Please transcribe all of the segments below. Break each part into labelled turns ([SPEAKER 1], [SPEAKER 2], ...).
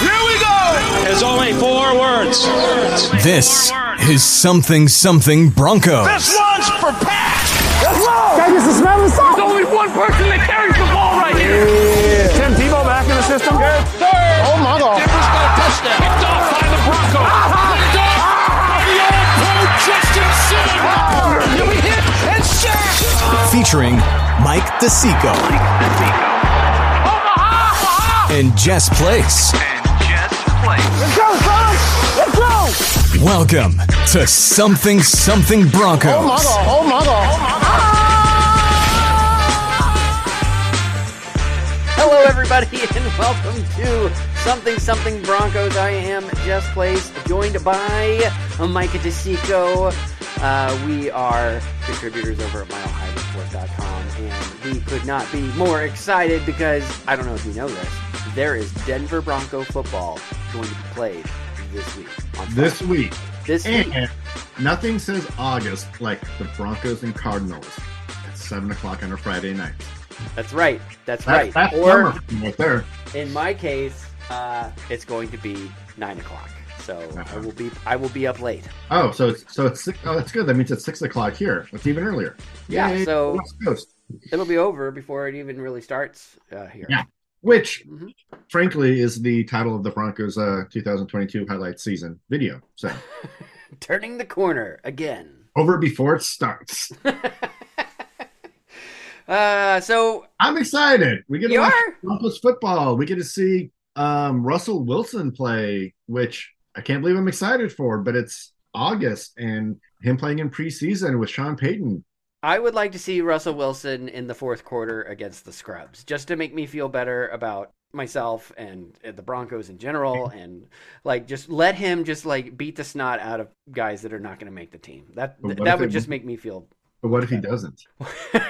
[SPEAKER 1] Here we go! There's only four words.
[SPEAKER 2] This is something something Broncos.
[SPEAKER 1] This one's for Pat!
[SPEAKER 3] Guys, it's the smell of the salt.
[SPEAKER 4] There's only one person that carries the ball right here.
[SPEAKER 3] Tim Tebow back in the system. Oh my God.
[SPEAKER 4] Denver's got a touchdown. Picked off by the Broncos. Picked off by the all-pro Justin Simmons. Here we hit and Shaq.
[SPEAKER 2] Featuring Mike DeSico
[SPEAKER 4] Omaha, Omaha.
[SPEAKER 2] and Jess Place.
[SPEAKER 3] Let's go, son. Let's go.
[SPEAKER 2] Welcome to Something Something
[SPEAKER 3] Oh my
[SPEAKER 2] Broncos.
[SPEAKER 3] God. Oh my God.
[SPEAKER 5] Hello, everybody, and welcome to Something Something Broncos. I am Jess Place, joined by Micah DeSico. Uh, we are contributors over at MileHighReport.com, and we could not be more excited because I don't know if you know this, there is Denver Bronco football going to be played this week. on Friday.
[SPEAKER 6] this week.
[SPEAKER 5] This week.
[SPEAKER 6] And nothing says August like the Broncos and Cardinals at seven o'clock on a Friday night.
[SPEAKER 5] That's right. That's
[SPEAKER 6] That,
[SPEAKER 5] right.
[SPEAKER 6] That's
[SPEAKER 5] or
[SPEAKER 6] summer right there.
[SPEAKER 5] in my case, uh, it's going to be nine o'clock. So
[SPEAKER 6] Uh-huh.
[SPEAKER 5] I will be I will be up late.
[SPEAKER 6] Oh, so it's, so it's six, oh, that's good. That means it's six o'clock here. It's even earlier.
[SPEAKER 5] Yeah,
[SPEAKER 6] Yay,
[SPEAKER 5] so-
[SPEAKER 6] West Coast.
[SPEAKER 5] it'll be over before it even really starts uh, here.
[SPEAKER 6] Yeah. which,
[SPEAKER 5] Mhm.
[SPEAKER 6] frankly, is the title of the Broncos' uh, 2022 highlight season video. So
[SPEAKER 5] Turning the corner again.
[SPEAKER 6] over before it starts.
[SPEAKER 5] uh, so
[SPEAKER 6] I'm excited. We get to
[SPEAKER 5] You
[SPEAKER 6] watch
[SPEAKER 5] are?
[SPEAKER 6] Broncos football. We get to see um, Russell Wilson play, which I can't believe I'm excited for, but it's August and him playing in preseason with Sean Payton.
[SPEAKER 5] I would like to see Russell Wilson in the fourth quarter against the Scrubs, just to make me feel better about myself and uh, the Broncos in general, and like just let him just like beat the snot out of guys that are not going to make the team. That
[SPEAKER 6] But what
[SPEAKER 5] that
[SPEAKER 6] if
[SPEAKER 5] would
[SPEAKER 6] it-
[SPEAKER 5] just make me feel.
[SPEAKER 6] But what if he doesn't?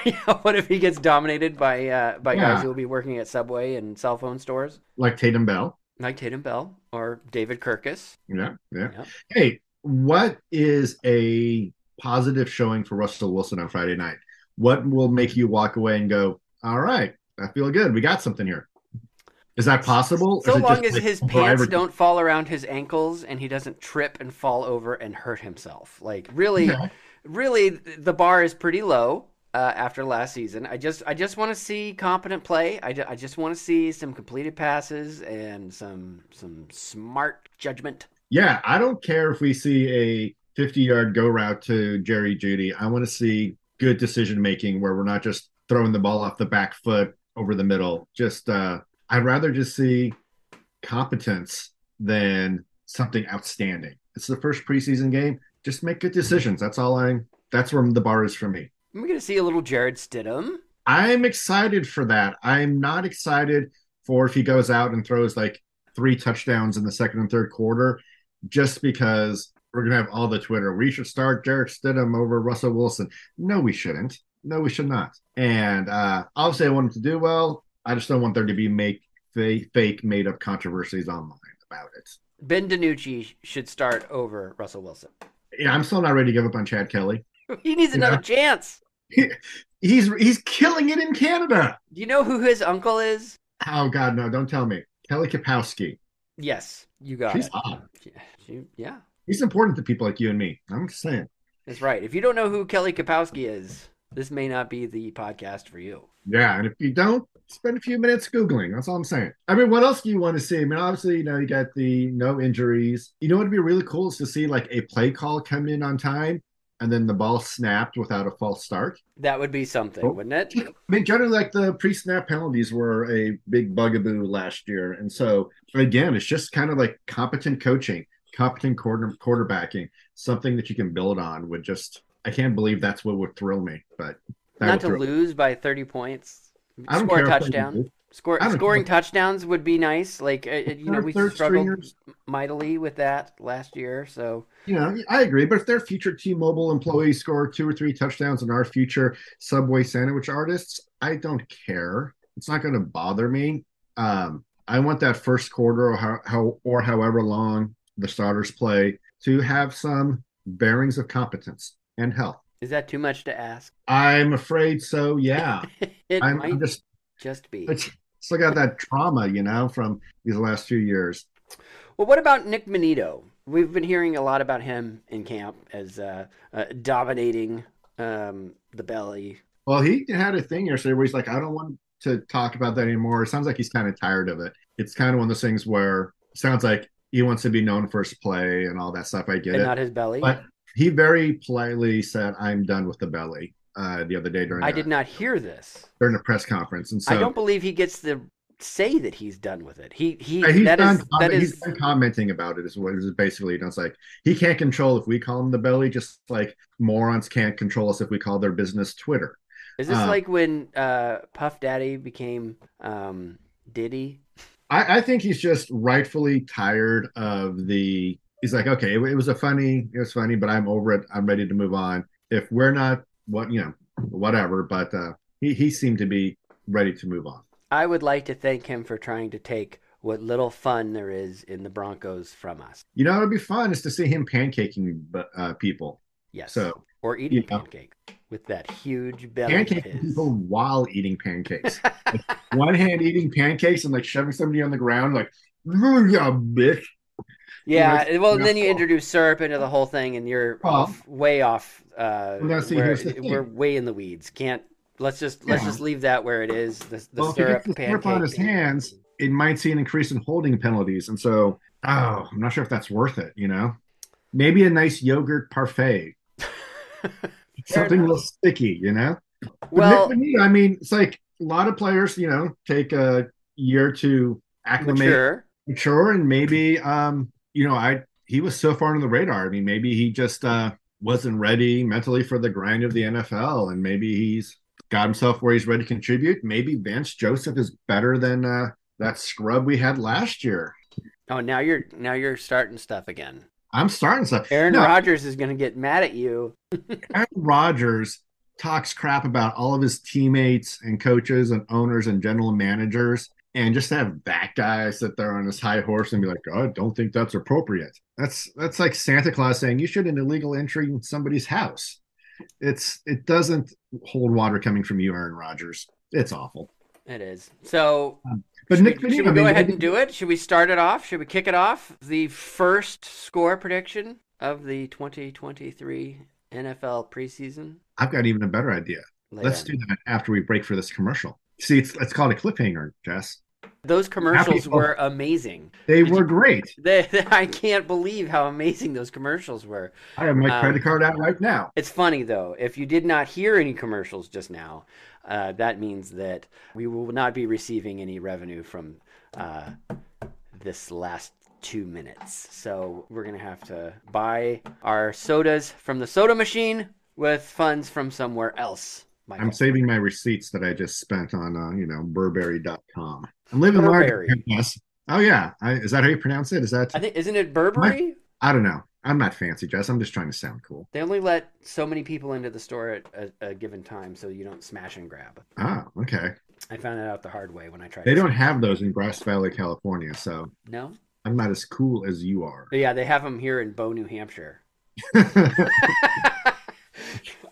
[SPEAKER 5] yeah, what if he gets dominated by uh, by
[SPEAKER 6] Yeah.
[SPEAKER 5] guys who will be working at Subway and cell phone stores,
[SPEAKER 6] Like Tatum Bell?
[SPEAKER 5] like Tatum Bell or David Kirkus?
[SPEAKER 6] Yeah, yeah.
[SPEAKER 5] Yep.
[SPEAKER 6] Hey, what is a positive showing for Russell Wilson on Friday night? What will make you walk away and go, all right, I feel good. We got something here. Is that possible? Or
[SPEAKER 5] So
[SPEAKER 6] is it
[SPEAKER 5] long
[SPEAKER 6] just
[SPEAKER 5] as
[SPEAKER 6] like
[SPEAKER 5] his pants
[SPEAKER 6] driver-
[SPEAKER 5] don't fall around his ankles and he doesn't trip and fall over and hurt himself. Like really,
[SPEAKER 6] Okay.
[SPEAKER 5] really, the bar is pretty low uh, after last season. I just, I just want to see competent play. I, ju- I just want to see some completed passes and some, some smart judgment.
[SPEAKER 6] Yeah, I don't care if we see a 50 yard go route to Jerry Judy. I want to see good decision making where we're not just throwing the ball off the back foot over the middle. Just, uh, I'd rather just see competence than something outstanding. It's the first preseason game. Just make good decisions. That's all I'm, that's where the bar is for me.
[SPEAKER 5] I'm gonna see a little Jared Stidham.
[SPEAKER 6] I'm excited for that. I'm not excited for if he goes out and throws like three touchdowns in the second and third quarter, just because we're gonna have all the Twitter. We should start Derek Stidham over Russell Wilson. No, we shouldn't. No, we should not. And uh, obviously, I want him to do well. I just don't want there to be make fake, fake made up controversies online about it.
[SPEAKER 5] Ben DiNucci should start over Russell Wilson.
[SPEAKER 6] Yeah, I'm still not ready to give up on Chad Kelly.
[SPEAKER 5] He needs another
[SPEAKER 6] Yeah.
[SPEAKER 5] chance.
[SPEAKER 6] He's he's killing it in Canada.
[SPEAKER 5] Do you know who his uncle is?
[SPEAKER 6] Oh God, no! Don't tell me Kelly Kapowski.
[SPEAKER 5] Yes, you got
[SPEAKER 6] She's
[SPEAKER 5] it.
[SPEAKER 6] hot.
[SPEAKER 5] Yeah, she- yeah.
[SPEAKER 6] He's important to people like you and me. I'm just saying.
[SPEAKER 5] That's right. If you don't know who Kelly Kapowski is, this may not be the podcast for you.
[SPEAKER 6] Yeah, and if you don't, spend a few minutes googling. That's all I'm saying. I mean, what else do you want to see? I mean, obviously, you know, you got the no injuries. You know, it'd be really cool is to see like a play call come in on time, and then the ball snapped without a false start.
[SPEAKER 5] That would be something,
[SPEAKER 6] Oh.
[SPEAKER 5] wouldn't it?
[SPEAKER 6] I mean, generally, like the pre-snap penalties were a big bugaboo last year, and so again, it's just kind of like competent coaching, competent quarter quarterbacking, something that you can build on. Would just, I can't believe that's what would thrill me, but that
[SPEAKER 5] Not
[SPEAKER 6] would
[SPEAKER 5] to
[SPEAKER 6] thrill-
[SPEAKER 5] lose by 30 points.
[SPEAKER 6] I don't
[SPEAKER 5] Score a
[SPEAKER 6] care if they
[SPEAKER 5] touchdown.
[SPEAKER 6] lose.
[SPEAKER 5] Score,
[SPEAKER 6] I don't
[SPEAKER 5] scoring touchdowns would be nice. Like, uh, uh, you know,
[SPEAKER 6] Third-
[SPEAKER 5] we
[SPEAKER 6] third
[SPEAKER 5] struggled
[SPEAKER 6] stringers.
[SPEAKER 5] mightily with that last year. So,
[SPEAKER 6] You know, I agree, but if their future T-Mobile employees score two or three touchdowns and our future Subway sandwich artists, I don't care. It's not going to bother me. Um, I want that first quarter or how, how or however long the starters play to have some bearings of competence and health.
[SPEAKER 5] is that too much to ask?
[SPEAKER 6] I'm afraid so. Yeah,
[SPEAKER 5] It
[SPEAKER 6] I'm,
[SPEAKER 5] might
[SPEAKER 6] I'm just
[SPEAKER 5] just be.
[SPEAKER 6] it's, still got that trauma, you know, from these last few years.
[SPEAKER 5] Well, what about Nick Menito? We've been hearing a lot about him in camp as uh, uh, dominating um, the belly.
[SPEAKER 6] Well, he had a thing yesterday where he's like, I don't want to talk about that anymore. It sounds like he's kind of tired of it. It's kind of one of those things where it sounds like he wants to be known for his play and all that stuff. I get
[SPEAKER 5] and
[SPEAKER 6] it.
[SPEAKER 5] not his belly.
[SPEAKER 6] but he very politely said, I'm done with the belly uh, the other day during,
[SPEAKER 5] I
[SPEAKER 6] a-
[SPEAKER 5] did not hear this.
[SPEAKER 6] during a press conference. And so
[SPEAKER 5] I don't believe he gets to say that he's done with it. He he
[SPEAKER 6] uh, he's,
[SPEAKER 5] that
[SPEAKER 6] done
[SPEAKER 5] is
[SPEAKER 6] comment-
[SPEAKER 5] that
[SPEAKER 6] he's
[SPEAKER 5] is
[SPEAKER 6] done commenting about it, is what is basically done. It's like he can't control if we call him the belly, just like morons can't control us if we call their business Twitter.
[SPEAKER 5] is this
[SPEAKER 6] uh,
[SPEAKER 5] like when uh, Puff Daddy became um, Diddy?
[SPEAKER 6] I, I think he's just rightfully tired of the. He's like, okay, it, it was a funny, it was funny, but I'm over it. I'm ready to move on. If we're not, what you know, whatever. But uh, he he seemed to be ready to move on.
[SPEAKER 5] I would like to thank him for trying to take what little fun there is in the Broncos from us.
[SPEAKER 6] You know, it'd be fun is to see him pancaking but, uh, people,
[SPEAKER 5] Yes.
[SPEAKER 6] So,
[SPEAKER 5] or eating
[SPEAKER 6] yeah.
[SPEAKER 5] pancake with that huge belly. of
[SPEAKER 6] pancaking
[SPEAKER 5] his.
[SPEAKER 6] people while eating pancakes. Like, one hand eating pancakes and like shoving somebody on the ground, like, "Mm, yeah, bitch.
[SPEAKER 5] Yeah,
[SPEAKER 6] You know,
[SPEAKER 5] well,
[SPEAKER 6] you know,
[SPEAKER 5] then you
[SPEAKER 6] well-
[SPEAKER 5] introduce syrup into the whole thing, and you're
[SPEAKER 6] Well-
[SPEAKER 5] off, way off. Uh,
[SPEAKER 6] Well, now, see,
[SPEAKER 5] where-
[SPEAKER 6] here's the thing.
[SPEAKER 5] we're way in the weeds. Can't let's just let's
[SPEAKER 6] Yeah.
[SPEAKER 5] just leave that where it is. The, the
[SPEAKER 6] Well, if he
[SPEAKER 5] syrup,
[SPEAKER 6] gets the syrup on
[SPEAKER 5] pancake
[SPEAKER 6] his
[SPEAKER 5] thing.
[SPEAKER 6] hands, it might see an increase in holding penalties. And so, oh, I'm not sure if that's worth it, you know? Maybe a nice yogurt parfait, something a little sticky, you know? But Nick
[SPEAKER 5] Well,
[SPEAKER 6] Bonita, I mean, it's like a lot of players, you know, take a year to acclimate, mature,
[SPEAKER 5] mature.
[SPEAKER 6] and maybe, um, you know, I he was so far under the radar. I mean, maybe he just uh, wasn't ready mentally for the grind of the NFL, and maybe he's got himself where he's ready to contribute. Maybe Vance Joseph is better than uh, that scrub we had last year.
[SPEAKER 5] Oh, now you're now you're starting stuff again.
[SPEAKER 6] I'm starting stuff.
[SPEAKER 5] Aaron
[SPEAKER 6] No,
[SPEAKER 5] Rodgers is going to get mad at you.
[SPEAKER 6] Aaron Rodgers talks crap about all of his teammates and coaches and owners and general managers. And just to have that guy sit there on his high horse and be like, "Oh, I don't think that's appropriate." That's that's like Santa Claus saying you should an illegal entry in somebody's house. It's it doesn't hold water coming from you, Aaron Rodgers. It's awful.
[SPEAKER 5] It is so.
[SPEAKER 6] Uh, But
[SPEAKER 5] should,
[SPEAKER 6] Nick,
[SPEAKER 5] we-
[SPEAKER 6] Benito,
[SPEAKER 5] should we
[SPEAKER 6] I
[SPEAKER 5] go
[SPEAKER 6] mean,
[SPEAKER 5] ahead and do it? Should we start it off? Should we kick it off? The first score prediction of the 2023 NFL preseason.
[SPEAKER 6] I've got even a better idea.
[SPEAKER 5] Lay
[SPEAKER 6] Let's
[SPEAKER 5] on.
[SPEAKER 6] do that after we break for this commercial. See, it's it's called a cliffhanger, Jess.
[SPEAKER 5] Those commercials
[SPEAKER 6] Happy-
[SPEAKER 5] were amazing.
[SPEAKER 6] They
[SPEAKER 5] Did
[SPEAKER 6] were
[SPEAKER 5] you-
[SPEAKER 6] great.
[SPEAKER 5] They, I can't believe how amazing those commercials were.
[SPEAKER 6] I have my
[SPEAKER 5] Um,
[SPEAKER 6] credit card out right now.
[SPEAKER 5] It's funny though, if you did not hear any commercials just now, uh, that means that we will not be receiving any revenue from uh, this last two minutes. So we're gonna have to buy our sodas from the soda machine with funds from somewhere else. Michael.
[SPEAKER 6] I'm saving my receipts that I just spent on, uh, you know, Burberry.com. I'm living large.
[SPEAKER 5] Burberry.
[SPEAKER 6] Yes. Oh yeah. I, is that how you pronounce it? Is that?
[SPEAKER 5] I think isn't it Burberry?
[SPEAKER 6] I don't know. I'm not fancy, Jess. I'm just trying to sound cool.
[SPEAKER 5] They only let so many people into the store at a, a given time, so you don't smash and grab.
[SPEAKER 6] Oh, okay.
[SPEAKER 5] I found that out the hard way when I tried.
[SPEAKER 6] They
[SPEAKER 5] to-
[SPEAKER 6] don't have those in Grass Valley, California, so
[SPEAKER 5] No.
[SPEAKER 6] I'm not as cool as you are.
[SPEAKER 5] But yeah, they have them here in Bow, New Hampshire.
[SPEAKER 6] Isn't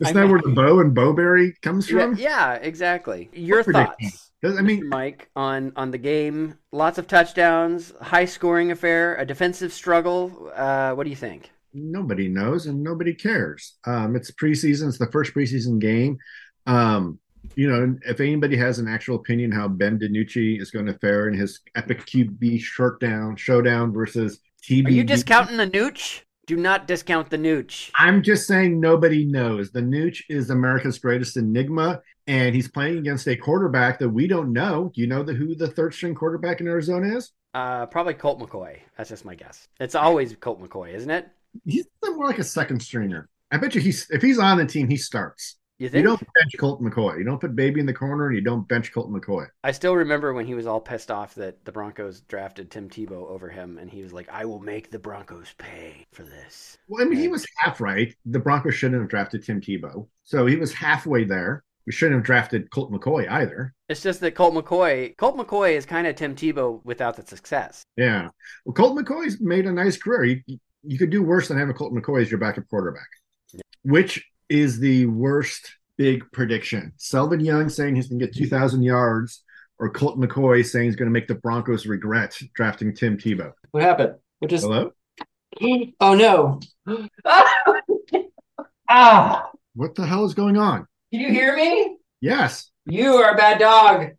[SPEAKER 5] I
[SPEAKER 6] that
[SPEAKER 5] mean-
[SPEAKER 6] where the bow and bowberry comes
[SPEAKER 5] Yeah,
[SPEAKER 6] from?
[SPEAKER 5] yeah, exactly. Your
[SPEAKER 6] ridiculous.
[SPEAKER 5] thoughts,
[SPEAKER 6] I mean,
[SPEAKER 5] Mike, on on the game? Lots of touchdowns, high scoring affair, a defensive struggle. Uh, what do you think?
[SPEAKER 6] nobody knows and nobody cares. Um, it's preseason. It's the first preseason game. Um, you know, if anybody has an actual opinion how Ben DiNucci is going to fare in his epic QB showdown showdown versus TB,
[SPEAKER 7] Are you discounting the nooch? Do not discount the nooch.
[SPEAKER 6] I'm just saying nobody knows. The Nooch is America's greatest enigma, and he's playing against a quarterback that we don't know. Do you know the, who the third string quarterback in Arizona is?
[SPEAKER 7] Uh, probably Colt McCoy. That's just my guess. It's always Colt McCoy, isn't it?
[SPEAKER 6] He's more like a second stringer. I bet you he's if he's on the team, he starts.
[SPEAKER 7] You think?
[SPEAKER 6] You don't bench Colt McCoy. You don't put Baby in the corner, and you don't bench Colt McCoy.
[SPEAKER 7] I still remember when he was all pissed off that the Broncos drafted Tim Tebow over him, and he was like, "I will make the Broncos pay for this."
[SPEAKER 6] Well, I mean, he
[SPEAKER 7] Right.
[SPEAKER 6] was half right. The Broncos shouldn't have drafted Tim Tebow, so he was halfway there. We shouldn't have drafted Colt McCoy either.
[SPEAKER 7] It's just that Colt McCoy, Colt McCoy is kind of Tim Tebow without the success.
[SPEAKER 6] Yeah. Well, Colt McCoy's made a nice career. You, you could do worse than having Colt McCoy as your backup quarterback, which is the worst big prediction. Selvin Young saying he's going to get 2,000 yards, or Colt McCoy saying he's going to make the Broncos regret drafting Tim Tebow.
[SPEAKER 5] What happened? What just?
[SPEAKER 6] Hello?
[SPEAKER 5] Oh no! ah!
[SPEAKER 6] What the hell is going on?
[SPEAKER 5] Can you hear me?
[SPEAKER 6] Yes.
[SPEAKER 5] You are a bad dog.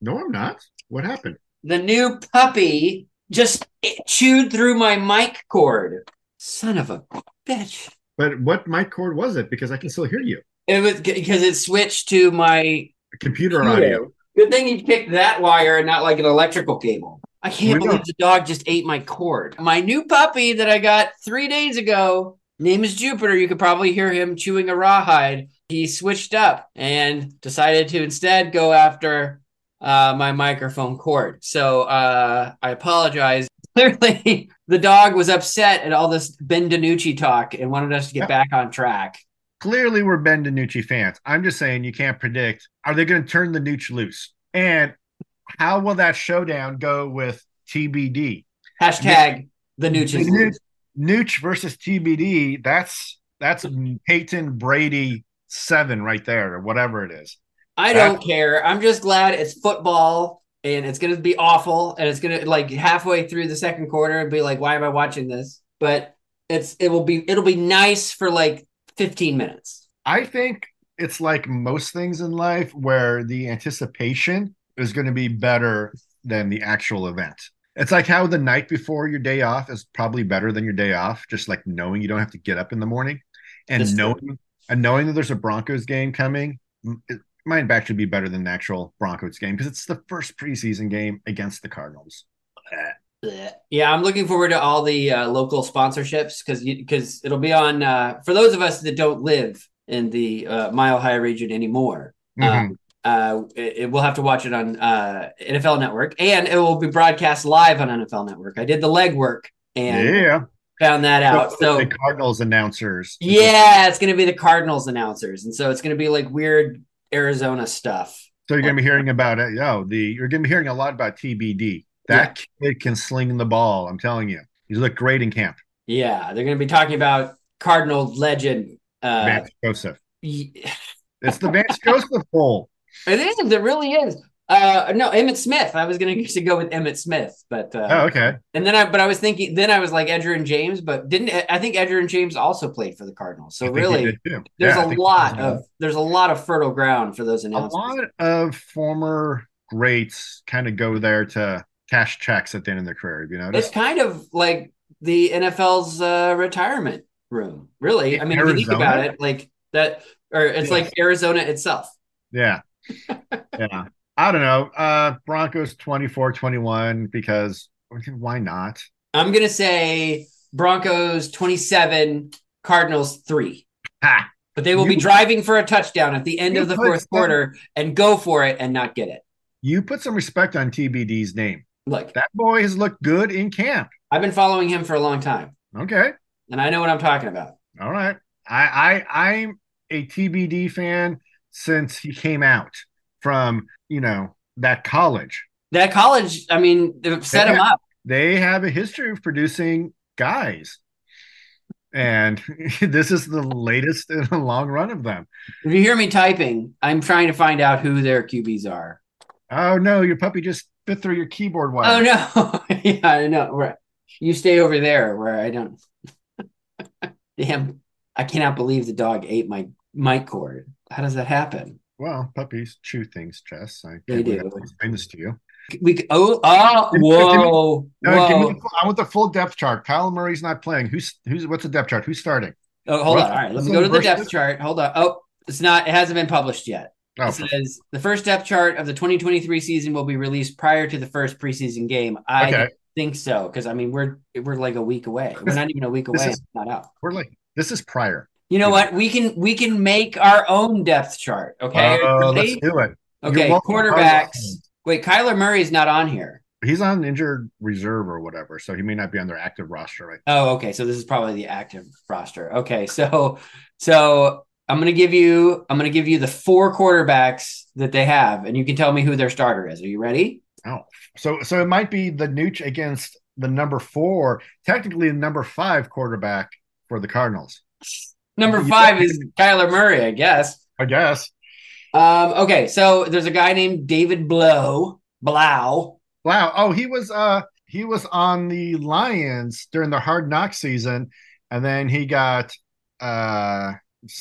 [SPEAKER 6] No, I'm not. What happened?
[SPEAKER 5] The new puppy just chewed through my mic cord. Son of a bitch!
[SPEAKER 6] But what mic cord was it? Because I can still hear you.
[SPEAKER 5] It was because it switched to my
[SPEAKER 6] Computer audio.
[SPEAKER 5] Good thing you picked that wire and not like an electrical cable. I can't
[SPEAKER 6] We
[SPEAKER 5] believe
[SPEAKER 6] don't-
[SPEAKER 5] the dog just ate my cord. My new puppy that I got three days ago, name is Jupiter. You could probably hear him chewing a rawhide. He switched up and decided to instead go after uh, my microphone cord. So uh, I apologize. Clearly, the dog was upset at all this Ben DiNucci talk and wanted us to get back on track.
[SPEAKER 6] clearly we're Ben DiNucci fans. I'm just saying you can't predict. Are they going to turn the Nooch loose? And how will that showdown go with TBD?
[SPEAKER 5] Hashtag the Nucci.
[SPEAKER 6] Nooch, Nooch versus TBD. That's that's Peyton Brady seven right there, or whatever it is.
[SPEAKER 5] I
[SPEAKER 6] That-
[SPEAKER 5] don't care. I'm just glad it's football and it's going to be awful and it's going to like halfway through the second quarter and be like why am I watching this? But it's it will be it'll be nice for like 15 minutes.
[SPEAKER 6] I think it's like most things in life where the anticipation is going to be better than the actual event. It's like how the night before your day off is probably better than your day off, just like knowing you don't have to get up in the morning and
[SPEAKER 5] That's true.
[SPEAKER 6] knowing and knowing that there's a Broncos game coming. m- It might actually be better than the actual Broncos game because it's the first preseason game against the Cardinals.
[SPEAKER 5] Blech. Yeah, I'm looking forward to all the uh, local sponsorships cuz cuz it'll be on uh, for those of us that don't live in the uh, Mile High region anymore.
[SPEAKER 6] Mhm.
[SPEAKER 5] Um, uh, it, it- we'll have to watch it on uh, NFL Network, and it will be broadcast live on NFL Network. I did the legwork and
[SPEAKER 6] yeah,
[SPEAKER 5] found that out. So
[SPEAKER 6] the Cardinals announcers.
[SPEAKER 5] yeah, it's gonna be the Cardinals announcers, and so it's gonna be like weird Arizona stuff.
[SPEAKER 6] So you're gonna be hearing about it. Oh, the you're gonna be hearing a lot about TBD. That kid can sling the ball. I'm telling you, he looked great in camp.
[SPEAKER 5] Yeah, they're gonna be talking about Cardinal legend. Uh,
[SPEAKER 6] Vance Joseph.
[SPEAKER 5] y-
[SPEAKER 6] It's the Vance Joseph Bowl.
[SPEAKER 5] it is. It really is. Uh, no, Emmett Smith. I was gonna to go with Emmett Smith, but uh,
[SPEAKER 6] Oh, okay.
[SPEAKER 5] and then I but I was thinking then I was like Edger and James, but didn't I think Edger and James also played for the Cardinals? So
[SPEAKER 6] I think he
[SPEAKER 5] really,
[SPEAKER 6] did too.
[SPEAKER 5] there's
[SPEAKER 6] Yeah,
[SPEAKER 5] a
[SPEAKER 6] I think he
[SPEAKER 5] lot
[SPEAKER 6] did.
[SPEAKER 5] of there's a lot of fertile ground for those
[SPEAKER 6] a
[SPEAKER 5] announcements.
[SPEAKER 6] lot of former greats kind of go there to cash checks at the end of their career. Have you
[SPEAKER 5] It's
[SPEAKER 6] noticed?
[SPEAKER 5] kind of like the NFL's uh, retirement room, really. I mean, if you think
[SPEAKER 6] Arizona?
[SPEAKER 5] about it, like that, or it's
[SPEAKER 6] Yeah.
[SPEAKER 5] like Arizona itself.
[SPEAKER 6] Yeah. yeah. I don't know. Uh Broncos 24-21 because why not?
[SPEAKER 5] I'm gonna say Broncos 27, Cardinals three,
[SPEAKER 6] Ha.
[SPEAKER 5] but they will be
[SPEAKER 6] You-
[SPEAKER 5] driving for a touchdown at the end
[SPEAKER 6] You
[SPEAKER 5] of the
[SPEAKER 6] put
[SPEAKER 5] fourth
[SPEAKER 6] some-
[SPEAKER 5] quarter and go for it and not get it.
[SPEAKER 6] You put some respect on TBD's name.
[SPEAKER 5] Look,
[SPEAKER 6] That boy has looked good in camp.
[SPEAKER 5] I've been following him for a long time,
[SPEAKER 6] Okay.
[SPEAKER 5] and I know what I'm talking about.
[SPEAKER 6] All right. I I I'm a TBD fan since he came out from, you know, that college.
[SPEAKER 5] That college, I mean, they've set him
[SPEAKER 6] Yeah.
[SPEAKER 5] up.
[SPEAKER 6] They have a history of producing guys. And this is the latest in a long run of them.
[SPEAKER 5] If you hear me typing, I'm trying to find out who their QBs are.
[SPEAKER 6] Oh no, your puppy just bit through your keyboard wire.
[SPEAKER 5] Oh no! yeah, I know. Right. You stay over there where I don't. Damn! I cannot believe the dog ate my mic cord. How does that happen?
[SPEAKER 6] Well, puppies chew things, Jess. I
[SPEAKER 7] They
[SPEAKER 6] can't believe I
[SPEAKER 7] do.
[SPEAKER 6] have to explain this to you.
[SPEAKER 5] We c- oh oh
[SPEAKER 6] Give me-
[SPEAKER 5] whoa
[SPEAKER 6] No, give me
[SPEAKER 5] whoa.
[SPEAKER 6] the full- I want the full depth chart. Kyle Murray's not playing. Who's who's what's the depth chart? Who's starting?
[SPEAKER 5] Oh, hold
[SPEAKER 6] What?
[SPEAKER 5] on. All right, let
[SPEAKER 6] What's
[SPEAKER 5] me
[SPEAKER 6] on
[SPEAKER 5] go
[SPEAKER 6] the
[SPEAKER 5] to the
[SPEAKER 6] first
[SPEAKER 5] depth
[SPEAKER 6] list?
[SPEAKER 5] chart. Hold on. Oh, it's not. It hasn't been published yet.
[SPEAKER 6] Oh,
[SPEAKER 5] it says the first depth chart of the 2023 season will be released prior to the first preseason game. I
[SPEAKER 6] Okay.
[SPEAKER 5] don't think so because I mean we're we're like a week away. We're not even a week
[SPEAKER 6] This
[SPEAKER 5] away.
[SPEAKER 6] is-
[SPEAKER 5] It's not out.
[SPEAKER 6] we're like this is prior.
[SPEAKER 5] You know what? We can we can make our own depth chart. Okay.
[SPEAKER 6] Oh, let's
[SPEAKER 5] Ready?
[SPEAKER 6] do it. You're
[SPEAKER 5] okay.
[SPEAKER 6] welcome,
[SPEAKER 5] Quarterbacks.
[SPEAKER 6] Kyle.
[SPEAKER 5] Wait, Kyler Murray's not on here.
[SPEAKER 6] He's on injured reserve or whatever, so he may not be on their active roster right.
[SPEAKER 5] Oh, okay. So this is probably the active roster. Okay. So so I'm gonna give you I'm gonna give you the four quarterbacks that they have, and you can tell me who their starter is. Are you ready?
[SPEAKER 6] So so it might be the Nooch against the number four, technically the number five quarterback for the Cardinals.
[SPEAKER 5] Number
[SPEAKER 6] Yeah.
[SPEAKER 5] five is Kyler Murray, I guess.
[SPEAKER 6] I guess.
[SPEAKER 5] Um, okay, so there's a guy named David Blow, Blau.
[SPEAKER 6] Wow. Oh, he was uh he was on the Lions during the hard knock season, and then he got uh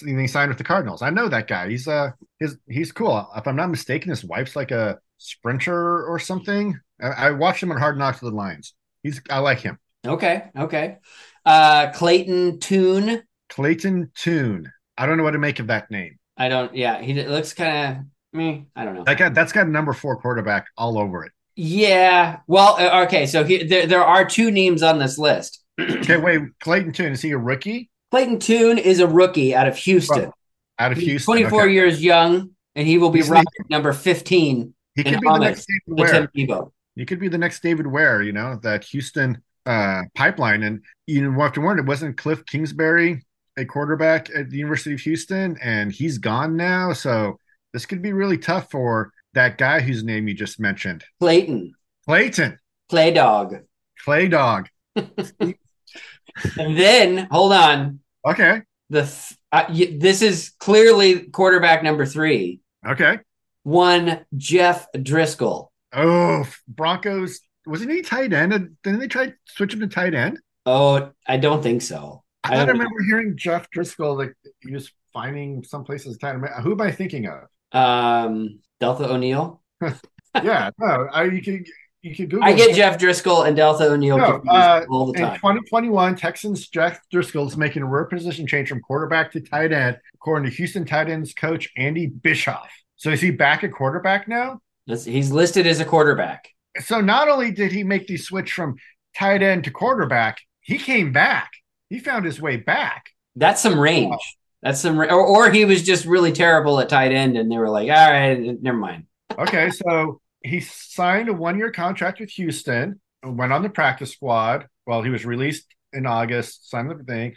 [SPEAKER 6] and he signed with the Cardinals. I know that guy. He's uh his he's cool. If I'm not mistaken, his wife's like a sprinter or something. I, I watched him on Hard Knocks with the Lions. He's I like him.
[SPEAKER 5] Okay, okay. Uh, Clayton Toon.
[SPEAKER 6] Clayton Toon. I don't know what to make of that name.
[SPEAKER 5] I don't. Yeah, he it looks kind of. me. I don't know.
[SPEAKER 6] That got that's got number four quarterback all over it.
[SPEAKER 5] Yeah. Well, uh, okay. So he, there, there are two names on this list.
[SPEAKER 6] Okay, wait, Clayton Toon, is he a rookie
[SPEAKER 5] Clayton Toon is a rookie out of Houston.
[SPEAKER 6] Oh, out of
[SPEAKER 5] He's
[SPEAKER 6] Houston?
[SPEAKER 5] 24
[SPEAKER 6] Okay.
[SPEAKER 5] years young, and he will be
[SPEAKER 6] He's
[SPEAKER 5] rocket number 15
[SPEAKER 6] He
[SPEAKER 5] in
[SPEAKER 6] could be the
[SPEAKER 5] Amish
[SPEAKER 6] next David
[SPEAKER 5] to
[SPEAKER 6] Ware.
[SPEAKER 5] Tim Tebow.
[SPEAKER 6] You could be the next David Ware, you know, that Houston uh, pipeline. And you have to wonder, wasn't Cliff Kingsbury a quarterback at the University of Houston? And he's gone now. So this could be really tough for that guy whose name you just mentioned.
[SPEAKER 5] Clayton,
[SPEAKER 6] Clayton,
[SPEAKER 5] Clay Dog.
[SPEAKER 6] Clay Dog.
[SPEAKER 5] And then, hold on.
[SPEAKER 6] Okay.
[SPEAKER 5] The th- uh, y- This is clearly quarterback number three,
[SPEAKER 6] Okay.
[SPEAKER 5] one Jeff Driscoll.
[SPEAKER 6] Oh, Broncos. Wasn't he tight end? And Didn't they try to switch him to tight end?
[SPEAKER 5] Oh, I don't think so.
[SPEAKER 6] I
[SPEAKER 5] I
[SPEAKER 6] thought I
[SPEAKER 5] don't-
[SPEAKER 6] remember hearing Jeff Driscoll, like he was finding some places tight end. Who am I thinking of?
[SPEAKER 5] Um, Delta O'Neill.
[SPEAKER 6] Yeah, no, I, you could you could Google.
[SPEAKER 5] I get Jeff Driscoll and Delta O'Neill
[SPEAKER 6] No,
[SPEAKER 5] confused
[SPEAKER 6] uh,
[SPEAKER 5] all the
[SPEAKER 6] In
[SPEAKER 5] time.
[SPEAKER 6] 2021, Texans Jack Driscoll is making a rare position change from quarterback to tight end, according to Houston tight ends coach Andy Bischoff. So is he back at quarterback now?
[SPEAKER 5] That's- He's listed as a quarterback.
[SPEAKER 6] So not only did he make the switch from tight end to quarterback, he came back. He found his way back.
[SPEAKER 5] That's some range. That's some, ra- or, or he was just really terrible at tight end, and they were like, all right, never mind.
[SPEAKER 6] Okay, so he signed a one year contract with Houston, went on the practice squad. Well, he was released in August, signed the thing,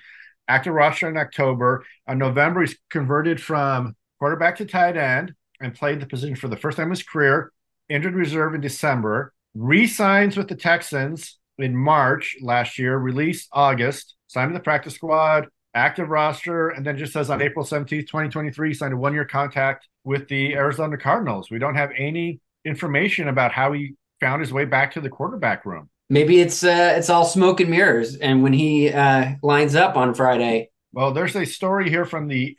[SPEAKER 6] active roster in October. On November, he's converted from quarterback to tight end and played the position for the first time in his career, entered reserve in December, re signs with the Texans in March last year, released August, signed to the practice squad, active roster, and then just says on April 17th, 2023, signed a one year contract with the Arizona Cardinals. We don't have any information about how he found his way back to the quarterback room.
[SPEAKER 5] Maybe it's uh, it's all smoke and mirrors. And when he uh, lines up on Friday,
[SPEAKER 6] Well, there's a story here from the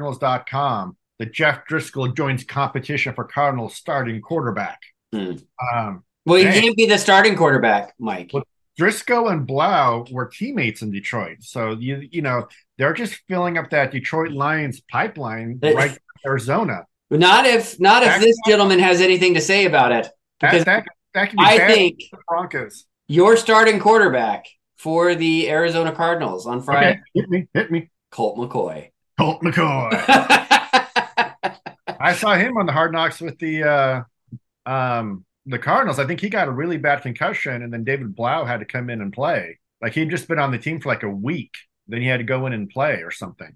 [SPEAKER 6] azcardinals.com that Jeff Driscoll joins competition for Cardinals starting quarterback.
[SPEAKER 5] Hmm.
[SPEAKER 6] Um,
[SPEAKER 5] well, he
[SPEAKER 6] Hey.
[SPEAKER 5] can't be the starting quarterback, Mike.
[SPEAKER 6] Well, Driscoll and Blau were teammates in Detroit. So, you you know, they're just filling up that Detroit Lions pipeline
[SPEAKER 5] That's-
[SPEAKER 6] right in Arizona.
[SPEAKER 5] Not if not if
[SPEAKER 6] Back-
[SPEAKER 5] this gentleman has anything to say about it, because
[SPEAKER 6] That, that, that could be
[SPEAKER 5] I
[SPEAKER 6] bad
[SPEAKER 5] think
[SPEAKER 6] for the Broncos.
[SPEAKER 5] your starting quarterback for the Arizona Cardinals on Friday,
[SPEAKER 6] Okay, hit me, hit me.
[SPEAKER 5] Colt McCoy.
[SPEAKER 6] Colt McCoy. I saw him on the Hard Knocks with the uh, um, the Cardinals. I think he got a really bad concussion, and then David Blau had to come in and play. Like he'd just been on the team for like a week, then he had to go in and play or something.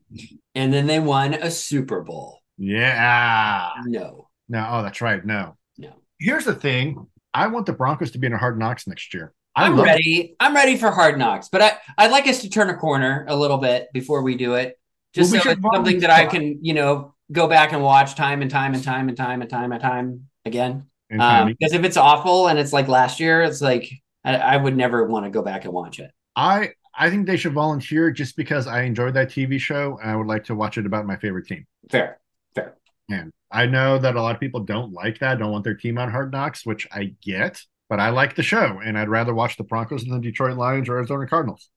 [SPEAKER 5] and then they won a Super Bowl.
[SPEAKER 6] Yeah.
[SPEAKER 5] No.
[SPEAKER 6] No. Oh, that's right. No.
[SPEAKER 5] No.
[SPEAKER 6] Here's the thing. I want the Broncos to be in a Hard Knocks next year. I
[SPEAKER 5] I'm
[SPEAKER 6] love-
[SPEAKER 5] ready. I'm ready for hard knocks, but I, I'd like us to turn a corner a little bit before we do it. Just
[SPEAKER 6] Well, we
[SPEAKER 5] so
[SPEAKER 6] should
[SPEAKER 5] it's
[SPEAKER 6] watch-
[SPEAKER 5] something that I can, you know, go back and watch time and time and time and time and time and time again.
[SPEAKER 6] And
[SPEAKER 5] Because
[SPEAKER 6] Tommy,
[SPEAKER 5] if it's awful and it's like last year, it's like I, I would never want to go back and watch it.
[SPEAKER 6] I I think they should volunteer just because I enjoyed that TV show and I would like to watch it about my favorite team.
[SPEAKER 5] Fair.
[SPEAKER 6] Man, I know that a lot of people don't like that, don't want their team on Hard Knocks, which I get, but I like the show, and I'd rather watch the Broncos than the Detroit Lions or Arizona Cardinals.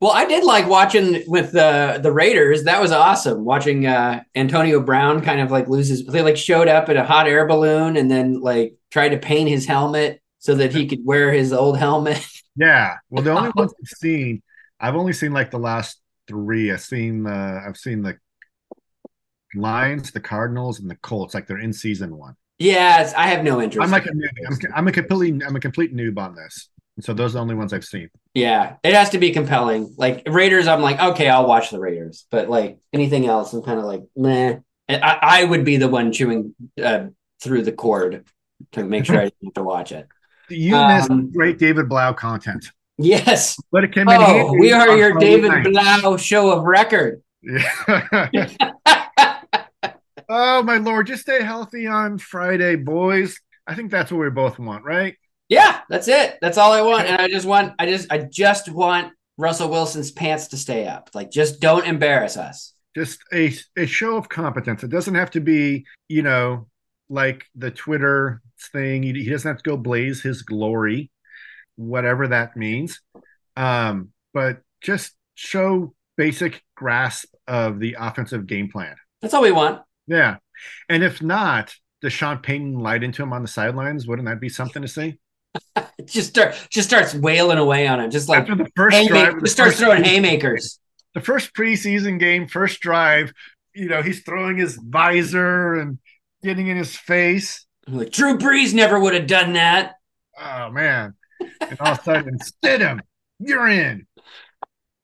[SPEAKER 5] Well, I did like watching with the the Raiders. That was awesome. Watching uh, Antonio Brown kind of like loses. They like showed up in a hot air balloon and then like tried to paint his helmet so that he could wear his old helmet.
[SPEAKER 6] Yeah. Well, the only ones I've seen, I've only seen like the last three. I've seen the I've seen the Lions, the Cardinals, and the Colts. Like they're in season one.
[SPEAKER 5] yes, I have no interest.
[SPEAKER 6] I'm like a noob. I'm, I'm a complete I'm a complete noob on this. And so those are the only ones I've seen.
[SPEAKER 5] yeah, it has to be compelling. Like Raiders, I'm like okay, I'll watch the Raiders, but like anything else, I'm kind of like meh. And I, I would be the one chewing uh, through the cord to make sure I didn't have to watch it.
[SPEAKER 6] You
[SPEAKER 5] Um,
[SPEAKER 6] missed great David Blau content,
[SPEAKER 5] Yes.
[SPEAKER 6] but it came in.
[SPEAKER 5] Oh,
[SPEAKER 6] handy
[SPEAKER 5] we are
[SPEAKER 6] on
[SPEAKER 5] your
[SPEAKER 6] Friday
[SPEAKER 5] David
[SPEAKER 6] night.
[SPEAKER 5] Blau show of record.
[SPEAKER 6] Yeah. oh my lord, just stay healthy on Friday, boys. I think that's what we both want, right?
[SPEAKER 5] Yeah, that's it. That's all I want. And I just want I just I just want Russell Wilson's pants to stay up. Like just don't embarrass us.
[SPEAKER 6] Just a a show of competence. It doesn't have to be, you know, like the Twitter thing. He, he doesn't have to go blaze his glory, whatever that means. Um, but just show basic grasp of the offensive game plan.
[SPEAKER 5] That's all we want.
[SPEAKER 6] Yeah. And if not, does Sean Payton light into him on the sidelines? Wouldn't that be something to see?
[SPEAKER 5] It just start just starts wailing away on him. Just like
[SPEAKER 6] After the first
[SPEAKER 5] haymaker,
[SPEAKER 6] drive,
[SPEAKER 5] just
[SPEAKER 6] the
[SPEAKER 5] starts
[SPEAKER 6] first-
[SPEAKER 5] throwing haymakers.
[SPEAKER 6] the first preseason game, first drive, you know, he's throwing his visor and getting in his face.
[SPEAKER 5] I'm like Drew Brees never would have done that.
[SPEAKER 6] Oh man. And all of a sudden, Stidham, you're in.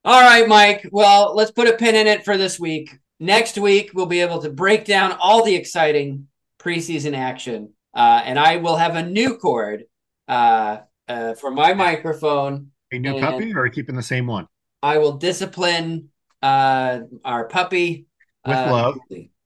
[SPEAKER 5] All right, Mike. Well, let's put a pin in it for this week. Next week, we'll be able to break down all the exciting preseason action. Uh, and I will have a new cord uh, uh, for my microphone.
[SPEAKER 6] A new
[SPEAKER 5] Yeah.
[SPEAKER 6] puppy or keeping the same one?
[SPEAKER 5] I will discipline uh, our puppy
[SPEAKER 6] With
[SPEAKER 5] uh,
[SPEAKER 6] love.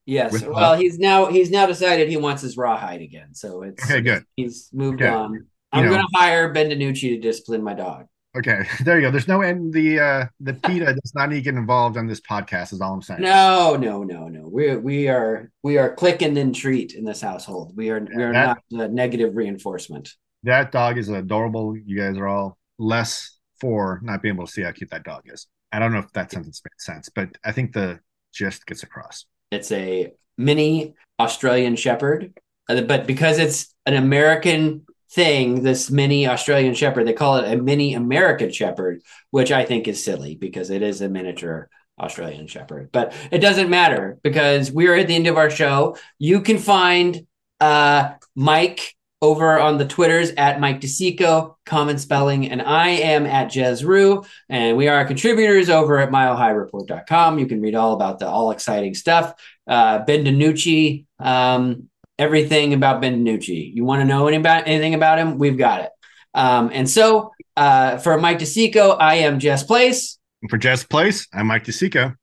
[SPEAKER 5] Yes.
[SPEAKER 6] With
[SPEAKER 5] well,
[SPEAKER 6] love.
[SPEAKER 5] he's now he's now decided he wants his rawhide again. So it's
[SPEAKER 6] Okay, good.
[SPEAKER 5] he's moved
[SPEAKER 6] Okay.
[SPEAKER 5] on. I'm
[SPEAKER 6] know.
[SPEAKER 5] going to hire Ben DiNucci to discipline my dog.
[SPEAKER 6] Okay. There you go. There's no end the uh the PETA does not need to get involved on this podcast, is all I'm saying.
[SPEAKER 5] No, no, no, no. We we are we are click and then treat in this household. We are we are
[SPEAKER 6] that-
[SPEAKER 5] not uh, negative reinforcement.
[SPEAKER 6] That dog is adorable. You guys are all less for not being able to see how cute that dog is. I don't know if that sentence makes sense, but I think the gist gets across.
[SPEAKER 5] It's a mini Australian Shepherd, Uh, but because it's an American thing, this mini Australian Shepherd, they call it a mini American Shepherd, which I think is silly because it is a miniature Australian Shepherd. But it doesn't matter because we are at the end of our show. You can find uh, Mike over on the Twitters at Mike DeSico, common spelling, and I am at Jez Rue. And we are contributors over at milehighreport.com. You can read all about the all exciting stuff. Uh, ben DiNucci, um, everything about Ben DiNucci. You want to know any about, anything about him? We've got it. Um, and so uh, for Mike DeSico, I am Jess Place.
[SPEAKER 6] And for Jess Place, I'm Mike DeSico.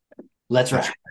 [SPEAKER 5] Let's rock.